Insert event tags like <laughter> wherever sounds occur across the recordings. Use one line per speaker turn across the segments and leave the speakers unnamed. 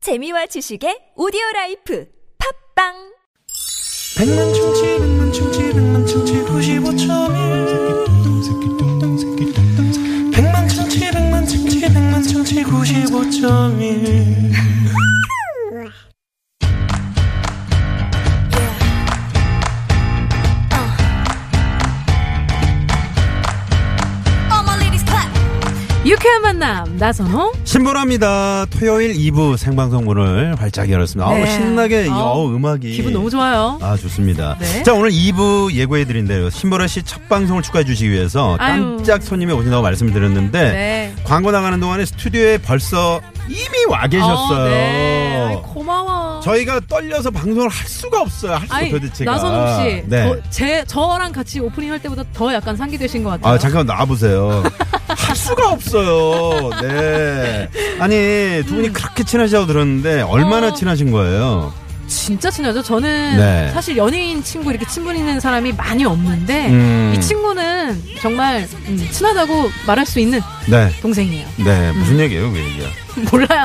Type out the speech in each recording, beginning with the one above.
재미와 지식의 오디오 라이프 팝빵
백만 충치 백만 충치 백만 충치 구십오점일 백만 충치 백만 충치 백만 충치 구십오점일
유쾌한 만남 나선홍 어?
신보라입니다. 토요일 2부 생방송 문을 활짝 열었습니다. 아우,
네.
신나게, 이
아우,
어우, 음악이.
기분 너무 좋아요.
아, 좋습니다.
네.
자, 오늘 2부 예고해드린대요. 신보라 씨 첫 방송을 축하해 주시기 위해서
아유.
깜짝 손님이 오신다고 말씀드렸는데,
네.
광고 나가는 동안에 스튜디오에 벌써 이미 와
어, 네. 아이,
계셨어요.
고마워.
저희가 떨려서 방송을 할 수가 없어요. 할 수가
아이,
도대체가.
나선홍 씨,
네.
저, 제 저랑 같이 오프닝 할 때보다 더 약간 상기되신 것 같아요.
아, 잠깐 나와보세요.
<laughs>
할 수가 없어요. 네. 아니, 두 분이 그렇게 친하시다고 들었는데, 얼마나
음. 어.
친하신 거예요?
진짜 친하죠. 저는
네.
사실 연예인 친구 이렇게 친분 있는 사람이 많이 없는데
음.
네. 이 친구는 정말 음, 친하다고 말할 수 있는
네.
동생이에요. <laughs>
네. 무슨 얘기예요, 그 얘기야?
몰라요.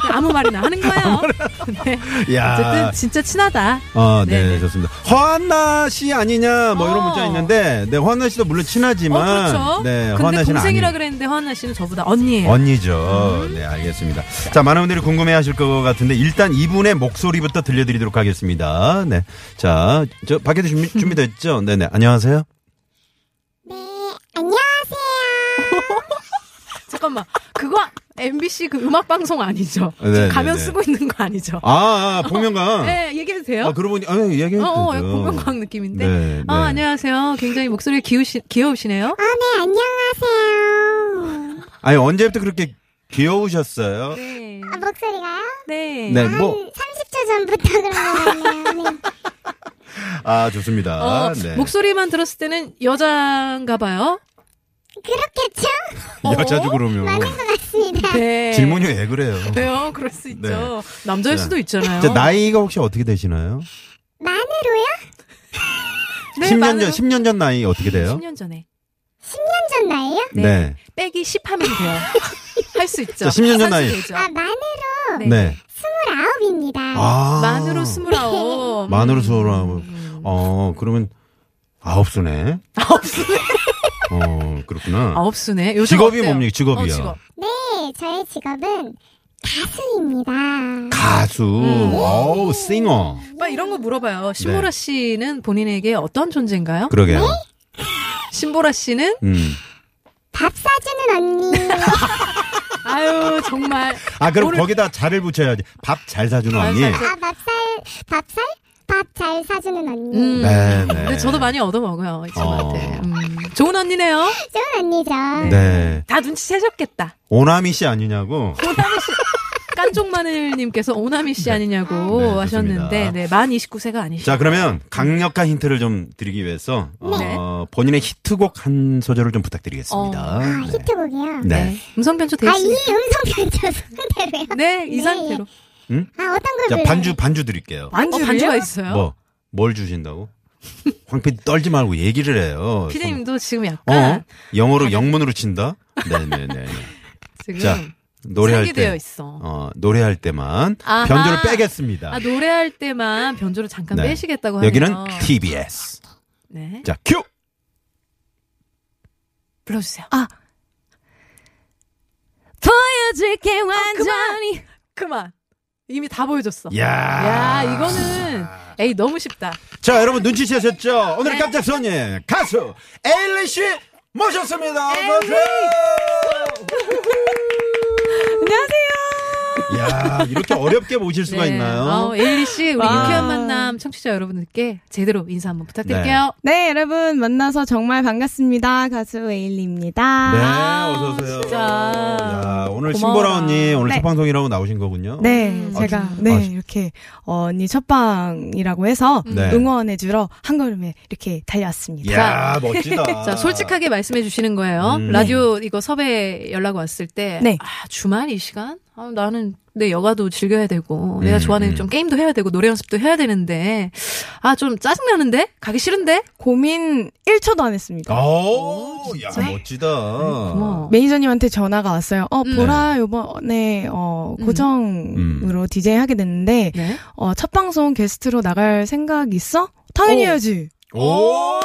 그냥 아무 말이나 하는 거예요. <laughs> 네.
야.
어쨌든 진짜 친하다.
어, 네,
네.
좋습니다. 허한나 씨 아니냐, 뭐 이런
어.
문자 있는데, 네, 허한나 씨도 물론 친하지만,
어, 그렇죠.
네,
근데
허한나 씨는 아니.
동생이라 그랬는데 허한나 씨는 저보다 언니예요. 음.
언니죠. 네, 알겠습니다. 자, 많은 분들이 궁금해 하실 것 같은데, 일단 이분의 목소리부터 들려드리도록 하겠습니다. 네. 자, 저, 밖에도 준비, 준비됐죠? 네네. 안녕하세요.
네, 안녕하세요.
잠깐만 그거 MBC 그 음악 방송 아니죠?
네,
지금
네,
가면
네.
쓰고 있는 거 아니죠?
아, 아 복면가.
네 얘기해도 돼요?
아, 그러고 보니, 아, 얘기해도
어, 어,
되죠.
공명광 느낌인데.
네,
아,
네.
안녕하세요. 굉장히 목소리 귀우시, 귀여우시네요.
아, 네, 안녕하세요.
아니, 언제부터 그렇게 귀여우셨어요?
네.
아, 목소리가요?
네.
네,
한
뭐,
30초 전부터 그런 거 같네요. 네.
아, 좋습니다.
어,
네.
목소리만 들었을 때는 여잔가 봐요.
그렇겠죠?
<laughs> 여자도 그러면. 뭐
맞는 것 같습니다.
어?
음.
네.
질문이 왜 그래요?
돼요. 그럴 수 있죠.
네.
남자일
자,
수도 있잖아요.
자, 나이가 혹시 어떻게 되시나요?
만으로요?
네,
10년
많은-
전, 10년 전 나이 어떻게 돼요?
10년 전에.
10년 전 나이요?
네.
네.
빼기 10 하면
<laughs>
돼요. 할 수 있죠.
자, 10년 전
산수
나이.
되죠.
아, 만으로
네.
네.
29입니다.
아.
만으로 스물아홉. 음.
만으로 스물아홉. 어, 그러면 아홉 수네.
아홉 수네.
어, 그렇구나.
아홉 수네. 요즘
직업이
어때요?
뭡니까? 직업이요.
어, 직업.
네, 저의 직업은 가수입니다.
가수.
음.
어우, 싱어.
빨리 이런 거 물어봐요. 신보라 씨는 본인에게 어떤 존재인가요?
네. 그러게요.
신보라 씨는
음.
밥 사주는 언니.
네.
아,
아유 정말
아, 그럼
오늘-
거기다 자를 붙여야지. 밥 잘 사주는
잘
언니.
사줘.
아, 밥살, 밥살? 밥 잘 사주는 언니.
음.
네, 네.
근데 저도 많이 얻어 먹어요 이 친구한테.
어.
음, 좋은 언니네요.
좋은 언니죠.
네.
다 눈치채셨겠다.
오나미 씨 아니냐고.
깐종마늘님께서 오나미 씨 아니냐고
네, 좋습니다.
하셨는데 네, 만 29세가 아니시죠.
자, 그러면 강력한 힌트를 좀 드리기 위해서
네.
어, 본인의 히트곡 한 소절을 좀 부탁드리겠습니다.
어,
아,
네.
히트곡이요?
네.
음성 변조
아, 이
대신.
음성 변조 상태로요?
네, 이
네.
상태로.
아, 어떤 걸
자,
불러요?
반주 어, 반주 드릴게요.
어, 반주가 있어요.
뭐? 뭘 주신다고? 황피 떨지 말고 얘기를 해요.
피디님도 지금
좀- 어?
약간
영어로 영문으로 친다? 네, 네, 네.
지금
자, 노래할
음. 상기되어
때
있어.
어, 노래할 때만
아하.
변조를 빼겠습니다.
아 노래할 때만 변조를 잠깐
네.
빼시겠다고 하네요.
여기는 TBS.
네.
자, 큐.
불러주세요. 아 보여줄게 완전히 그만. 이미 다 보여줬어.
야.
야 이거는 에이 너무 쉽다.
자, 여러분 눈치채셨죠? 오늘
네.
의 깜짝 손님 가수 에일리 씨 모셨습니다. 어서 오세요. 안녕하세요. 야, 이렇게 어렵게 모실 수가
네.
있나요?
어, 에일리 씨 우리
와.
유쾌한 만남 청취자 여러분들께 제대로 인사 한번 부탁드릴게요.
네, 여러분 만나서 정말 반갑습니다. 가수 에일리입니다.
네,
아,
어서 오세요.
진짜.
야,
고마워라.
오늘 신보라 언니 오늘
네.
첫 방송이라고 나오신 거군요.
네,
음.
제가
아,
네
아, 진-
이렇게 어, 언니 첫방이라고 해서
네. 예.
응원해주러 한 걸음에 이렇게 달려왔습니다.
야, 멋지다.
<laughs> 자 솔직하게 말씀해 주시는 거예요.
아. 음.
라디오 이거 섭외 연락 왔을 때
네.
아, 주말 이 시간 아, 나는 내 여가도 즐겨야 되고 내가
음,
좋아하는
음.
좀 게임도 해야 되고 노래 연습도 해야 되는데 아 좀 짜증 나는데 가기 싫은데
고민 1초도 안
아.
했습니다.
오, 야
진짜?
멋지다. 어.
고마워.
매니저님한테 전화가 왔어요. 어,
음.
보라, 요번에, 어,
음.
음.
고정으로 디제이 하게 됐는데,
네.
어, 첫 방송 게스트로 나갈 생각 있어? 당연히 해야지.
오,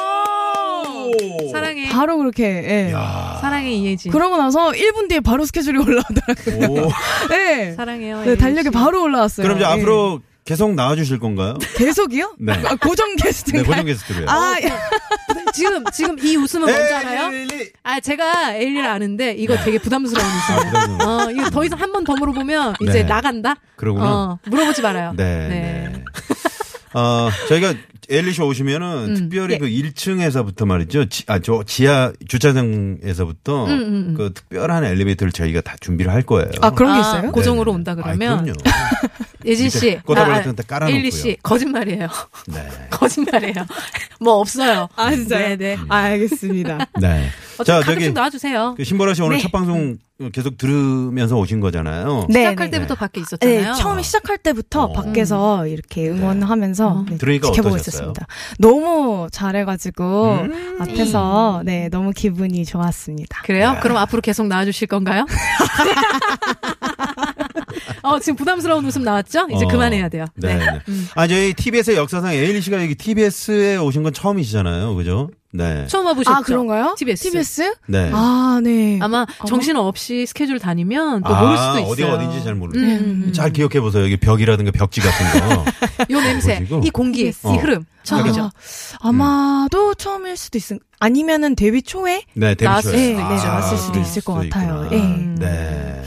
사랑해
바로 그렇게, 예.
야.
사랑해 이예진
그러고 나서 1분 뒤에 바로
<laughs>
스케줄이 올라오더라고요.
오.
예.
사랑해요
네,
예진
달력에
씨.
바로 올라왔어요.
그럼 이제
네.
예.
앞으로 계속 나와주실 건가요?
계속이요?
네.
아, 고정
네,
게스트인가요?
고정 게스트로요.
아,
<laughs> 지금 지금 이 웃음은 뭔지 알아요?
에이,
아 제가 에일리를 아는데 이거 되게 부담스러운
아,
웃음이에요.
부담스러워.
어, 이거 더 이상 한 번 더 물어보면 이제
네.
나간다.
그러구나.
어, 물어보지 말아요.
네. 네.
<laughs>
어, 저희가 엘리쇼 오시면은
음,
특별히
예.
그 1층에서부터 말이죠. 지, 아, 저 지하 주차장에서부터
음, 음, 음.
그 특별한 엘리베이터를 저희가 다 준비를 할 거예요.
아, 그런 게
아,
있어요?
고정으로
네.
온다
아,
그러면
그럼요.
<laughs> 예진 씨,
밑에 꼬다발
아, 아,
같은 거다 깔아놓고요.
에일리 씨 거짓말이에요. <laughs>
네.
거짓말이에요. <laughs> 뭐 없어요.
아, 진짜요?
네네.
음.
아,
<laughs>
알겠습니다.
네.
어쨌든
자,
가끔
저기
좀 나와주세요.
그 신보라 씨 오늘
네.
첫 방송 계속 들으면서 오신 거잖아요.
네,
시작할
네.
때부터
네.
밖에 있었잖아요.
네, 처음에 시작할 때부터
어.
밖에서 이렇게 응원하면서 네,
들으니까
지켜보고
어떠셨어요?
있었습니다. 너무 잘해가지고
음.
앞에서 네 너무 기분이 좋았습니다.
그래요?
네.
그럼 앞으로 계속 나와주실
<laughs>
건가요? 어, 지금 부담스러운 웃음 나왔죠? 이제
어,
그만해야 돼요.
네. 네.
음.
아, 저희 TBS 의 역사상 에일리 씨가 여기 TBS에 오신 건 처음이시잖아요. 그죠? 네.
처음 와보셨죠?
아 그런가요?
TBS.
TBS?
네.
아 네.
아마 정신 없이 스케줄 다니면 또 모를 수도 있어요.
아, 어디가 어딘지 잘 모르고.
음, 음, 음.
잘 기억해 보세요. 여기 벽이라든가 벽지 같은 거.
요 <laughs> 냄새,
보시고.
음. 이 공기,
어.
TBS.
이 흐름. 처음이죠.
아, 어. 아마도 처음일 수도 있을. 아니면은 데뷔 초에
네, 데뷔
나왔을
쇼에.
네, 네, 나왔을 수도 있을 것 같아요.
예.
있구나. 네.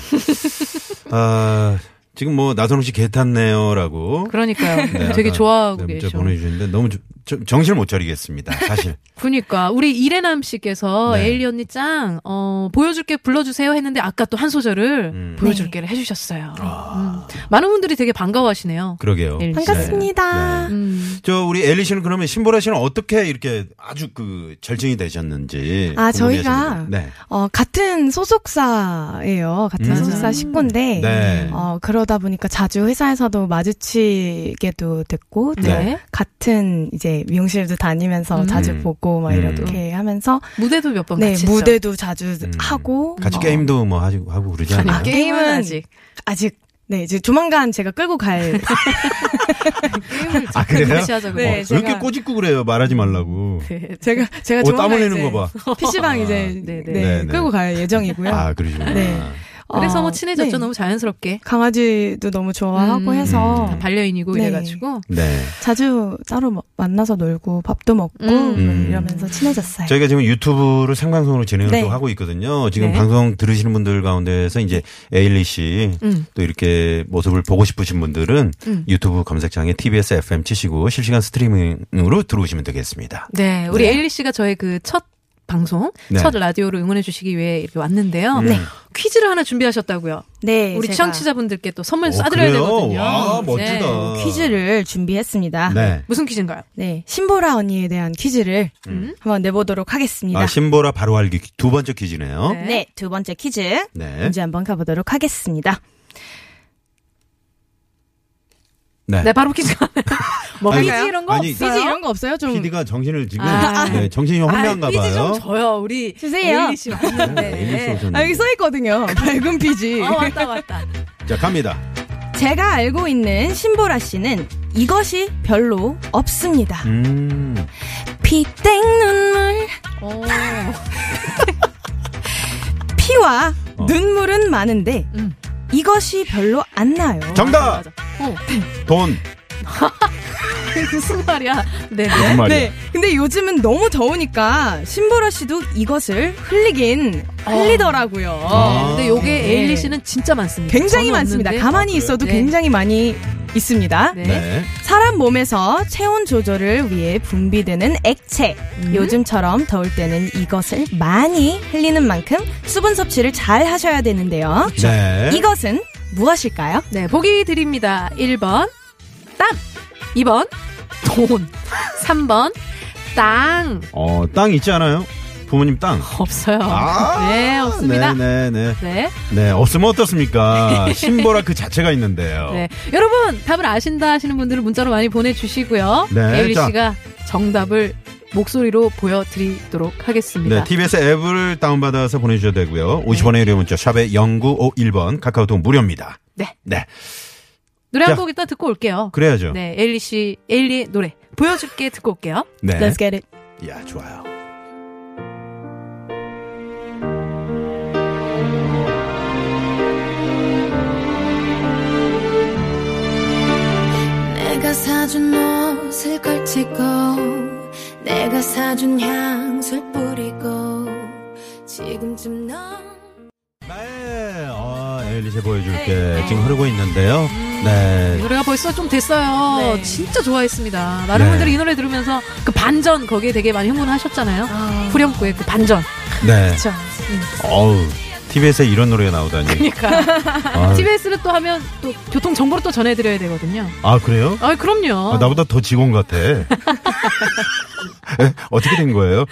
아, 지금 뭐 나선홍 씨 개 탔네요라고.
그러니까요.
네,
되게
아까
좋아하고
네, 문자
계셔.
보내주셨는데 너무 좀- 좀 정신을 못 차리겠습니다. 사실.
그니까 우리 이래남 씨께서
네.
에일리 언니 짱 어, 보여줄게 불러주세요 했는데 아까 또 한 소절을
음. 아.
보여줄게를 해주셨어요. 음. 많은 분들이 되게 반가워하시네요.
그러게요.
에일리 씨.
반갑습니다.
네.
음.
저 우리 엘리 씨는 그러면 신보라 씨는 어떻게 이렇게 아주 그 절친이 되셨는지 궁금해하십니다.
아, 저희가?
네.
어, 같은 소속사예요. 같은
음.
소속사 식구인데
네.
어, 그러다 보니까 자주 회사에서도 마주치게도 됐고 또
네.
같은 이제 미용실도 다니면서
음.
자주 보고 막
음.
이렇게 하면서
무대도 몇 번
네
같이 했죠.
무대도 자주
음.
하고
같이
어,
게임도 뭐 하고 하고 그러지
아니,
않아요?
게임은
게임은
아직
아직 네 이제 조만간 제가
<laughs>
끌고 갈
게임을
아, 그래요?
같이 하자고.
네,
어, 왜 이렇게
제가-
꼬집고 그래요? 말하지 말라고.
네.
제가 제가
오, 땀
조만간
흘리는
이제
거 봐.
PC방 이제
네,
네,
네.
네, 네.
끌고 갈 예정이고요.
아, 그러시구나.
네.
그래서
어,
뭐 친해졌죠.
네.
너무 자연스럽게.
강아지도 너무 좋아하고
음.
해서
음.
반려인이고
네.
이래가지고.
네.
자주 따로 뭐- 만나서 놀고 밥도 먹고 뭐
음.
이러면서 친해졌어요.
저희가 지금 유튜브를 생방송으로 진행을
네.
또 하고 있거든요. 지금
네.
방송 들으시는 분들 가운데서 이제 에일리 씨 또
음.
이렇게 모습을 보고 싶으신 분들은
음.
유튜브 검색창에 TBS FM 치시고 실시간 스트리밍으로 들어오시면 되겠습니다.
네, 우리
네.
에일리 씨가 저의 그 첫 방송,
네.
첫 라디오를 응원해 주시기 위해 이렇게 왔는데요.
네.
퀴즈를 하나 준비하셨다고요.
네,
우리
제가
청취자분들께 또 선물
어,
쏴드려야
그래요?
되거든요.
와,
네.
멋지다.
퀴즈를
아,
준비했습니다. 네.
어. 네.
무슨 퀴즈인가요?
신보라 언니에 대한 퀴즈를
음.
한번 내보도록 하겠습니다.
아, 신보라 바로 알기 두 번째 퀴즈네요.
네.
네, 두 번째 퀴즈
네.
문제 한번 가보도록 하겠습니다.
네.
네, 바로 퀴즈가. <laughs> 뭐
아니,
퀴즈 이런 거
아니,
없어요?
퀴즈 이런 거 없어요? 좀
PD가 정신을 지금
아.
네, 정신이 혼란가
아, 퀴즈
봐요.
좀 줘요. 우리
주세요.
에일리 씨 왔는데.
네, 에일리 씨 오셨는데.
아, 여기 써있거든요. <laughs> 밝은 피지.
어, 왔다 왔다.
자, 갑니다.
제가 알고 있는 신보라 씨는 이것이 별로 없습니다.
음.
피땡 눈물,
오. <laughs>
피와
어.
눈물은 많은데
음.
이것이 별로 안 나요.
정답!
맞아. 어,
돈.
무슨 말이야? 네.
무슨 말이야?
네. 근데 요즘은 너무 더우니까 신보라 씨도 이것을 흘리긴
어.
흘리더라고요.
아.
근데 요게
네.
에일리 씨는 진짜 많습니다.
굉장히
저는
많습니다.
없는데.
가만히 있어도
네.
굉장히 많이 있습니다.
네.
네.
사람 몸에서 체온 조절을 위해 분비되는 액체.
음.
요즘처럼 더울 때는 이것을 많이 흘리는 만큼 수분 섭취를 잘 하셔야 되는데요.
네.
이것은 무엇일까요?
네, 보기 드립니다. 1번, 땀. 2번, 돈. 3번, 땅.
어, 땅 있지 않아요? 부모님 땅.
없어요.
아,
네, 없습니다. 네,
네, 네, 네. 네,
<laughs>
없으면 어떻습니까? 신보라 그 자체가 있는데요.
네. 여러분, 답을 아신다 하시는 분들은 문자로 많이 보내주시고요.
네,
에일리
자.
씨가 정답을 목소리로 보여드리도록 하겠습니다.
네, TBS 앱을 다운받아서 보내주셔도 되고요. 50원의 유료 문자 샵에 0951번 카카오톡 무료입니다.
네.
네,
노래
자.
한 곡 이따 듣고 올게요.
그래야죠.
네, 에일리 씨, 에일리의 노래. 보여줄게 듣고 올게요.
네.
Let's get it.
야, 좋아요.
내가 사준 옷을 걸치고 내가 사준 향수를 뿌리고 지금쯤 넌
네, 어, 엘리세
네.
보여줄게. 지금 흐르고 있는데요.
음.
네.
노래가 벌써 좀 됐어요.
네.
진짜 좋아했습니다. 많은
네.
분들이 이 노래 들으면서 그 반전 거기에 되게 많이 흥분하셨잖아요. 후렴구의 그 반전.
네.
그쵸. 음.
어우, TBS에 이런 노래가 나오다니.
<laughs> 그러니까
아,
TBS를 또 하면 또 교통 정보를 또 전해드려야 되거든요.
아, 그래요?
아 그럼요.
아, 나보다 더 직원
<laughs>
같아. 에? 어떻게 된 거예요?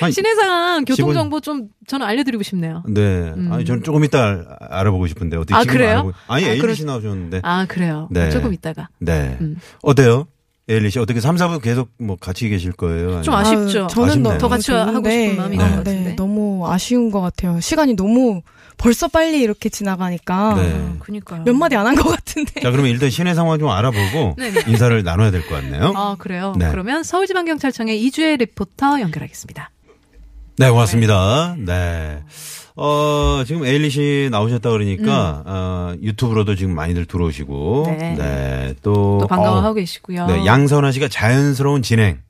아니,
시내 상황 교통
직원-
정보 좀 저는 알려드리고 싶네요.
네. 아니, 저는 조금 이따 알- 알아보고 싶은데, 어떻게
음. 아,
지금
그래요?
알아보고- 아니,
아,
에일리
그러-
씨 나오셨는데.
아 그래요.
<laughs> 네.
조금 있다가
네.
음.
어때요? 에일리 씨, 어떻게 3, 4부 계속 뭐 같이 계실 거예요?
좀 아쉽-
아니면-
아쉽죠?
아쉽네요.
저는 너무
더
같이
좋은데,
하고 싶은 마음이
있는
아,
것 같은데.
네, 너무 아쉬운 것 같아요. 시간이 너무 벌써 빨리 이렇게 지나가니까
네.
그니까요.
몇 마디 안 한 것 같은데.
자, 그러면 일단 시내 상황 좀 알아보고
<laughs> 네, 네.
인사를 나눠야 될 것 같네요.
아 그래요.
네.
그러면 서울지방경찰청의 이주혜 리포터 연결하겠습니다.
네, 고맙습니다. 네. 어, 지금 에일리 씨 나오셨다 그러니까, 어, 유튜브로도 지금 많이들 들어오시고,
음. 네.
또.
또 반가워하고
어,
계시고요.
네, 양선아 씨가 자연스러운 진행.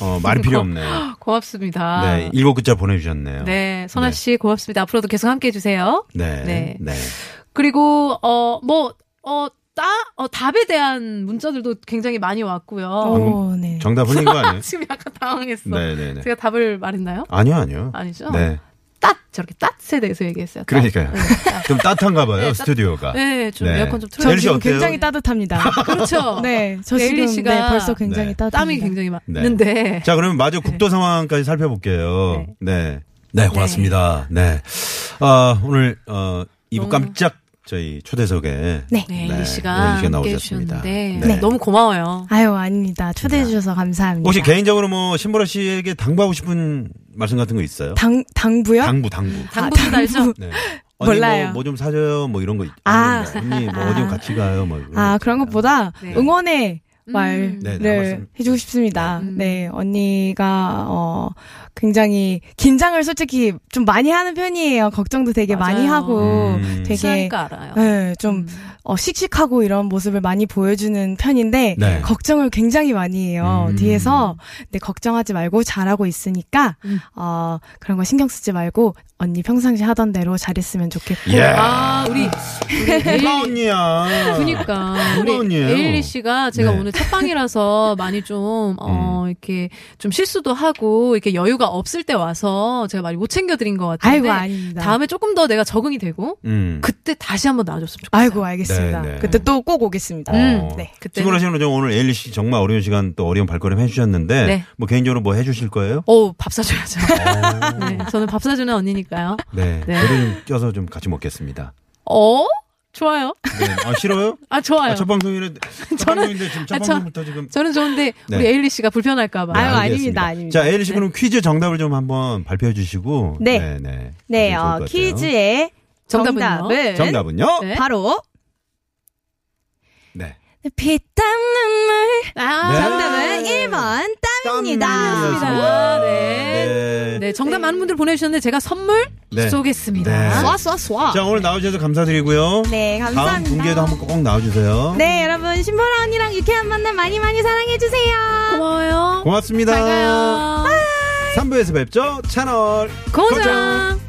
어, 말이 필요
<laughs>
없네요.
아, 고맙습니다.
네, 일곱 글자 보내주셨네요.
네, 선아
네.
씨 고맙습니다. 앞으로도 계속 함께 해주세요.
네. 네.
네. 그리고 어 뭐 어 따 어, 답에 대한 문자들도 굉장히 많이 왔고요.
어, 네.
정답 흘린
<laughs>
거 아니에요?
지금 약간 당황했어.
네, 네, 네.
제가 답을 말했나요?
아니요, 아니요.
그 아니죠?
네.
땄 저렇게 땄에 대해서 얘기했어요. 땄.
그러니까요. 좀 따뜻한가 봐요,
네, 따-
스튜디오가.
네, 좀
네.
에어컨 좀
저
저
에일리 씨
지금
어때요?
굉장히 따뜻합니다.
<laughs>
<laughs>
그렇죠.
네, 저
에일리
지금
씨가
네, 벌써 굉장히
네.
따뜻합니다.
땀이 굉장히 많는데
자, 그러면 마저
네.
국도 상황까지 살펴볼게요. 네. 네, 고맙습니다. 네. 아, 오늘, 어, 이부
너무-
깜짝 저희 초대석에.
네.
네,
네,
에일리
에일리
씨가
씨가
함께
나오셨습니다.
해주셨는데
네.
너무 고마워요.
아유 아닙니다. 초대해 주셔서 감사합니다.
혹시 개인적으로 뭐, 신보라 씨에게 당부하고 싶은 말씀 같은 거 있어요?
당 당부요? 아,
당부, 당부.
당분간 알죠?
네.
몰라요.
뭐 좀 사줘요, 뭐 이런 거. 있-
아.
아니면 뭐 언니, 뭐
아.
어디 좀 같이 가요, 뭐. 이런
아
거
그런
있잖아요.
것보다
네.
응원의
음.
말을
네, 네, 한 말씀.
해주고 싶습니다.
음.
네 언니가 어 굉장히 긴장을 솔직히 좀 많이 하는 편이에요. 걱정도 되게 많이
맞아요.
하고
음.
되게
친하니까 알아요.
네, 좀
음.
어, 씩씩하고 이런 모습을 많이 보여주는 편인데
네.
걱정을 굉장히 많이 해요
음.
뒤에서 근데 걱정하지 말고 잘하고 있으니까
음.
어, 그런 거 신경 쓰지 말고 언니 평상시 하던 대로 잘했으면 좋겠고
예.
아 우리
<laughs>
우리
누가
에일리
언니야.
그니까 우리
누가 언니예요?
에일리 씨가 제가
네. 음.
오늘 첫 방이라서 많이 좀 어, 이렇게 좀 실수도 하고 이렇게 여유가 없을 때 와서 제가 많이 못 챙겨드린 것 같은데
아이고 아닙니다.
네. 다음에 조금 더 내가 적응이 되고
음.
그때 다시 한번 나와줬으면 좋겠어요.
아이고 알겠습니다.
네, 네.
그때 또 꼭 오겠습니다.
음,
네.
그때
어. 신고라 씨는 좀 오늘 에일리 씨 정말 어려운 시간 또 어려운 발걸음 해주셨는데
네.
뭐 개인적으로 뭐 해주실
<laughs>
거예요?
어밥 사줘야죠.
어.
네, 저는 밥 사주는 언니니까요.
네,
네.
저도 좀 껴서 좀 같이 먹겠습니다.
어 좋아요.
네. 아 싫어요?
아 좋아요.
아, 첫 방송이라
<laughs>
첫
저는-
방송인데 지금 첫
아, 저-
방송부터 지금
저는 좋은데
네.
우리 에일리 씨가 불편할까봐.
네,
아유,
알겠습니다.
아닙니다, 아닙니다.
자 에일리 씨 그럼 퀴즈 정답을 좀 한번 발표해 주시고
네.
네, 네. 하시면 좋을
네, 어,
것 같아요.
퀴즈의
정답은요?
정답은,
정답은요?
네.
바로
네.
피땀 눈물.
아,
네.
정답은 1번 땀입니다.
땀입니다.
네.
네.
네, 정답 많은 분들 보내주셨는데 제가 선물
네.
쏘겠습니다.
네.
쏴 쏴
자
쏴.
오늘 나오셔서 감사드리고요.
네
다음
감사합니다.
분기에도 한번 꼭 나와주세요.
네 여러분 신보라 언니랑 유쾌한 만남 많이 많이 사랑해 주세요.
고마워요.
고맙습니다.
잘 가요.
3부에서 뵙죠. 채널
고정.
고정.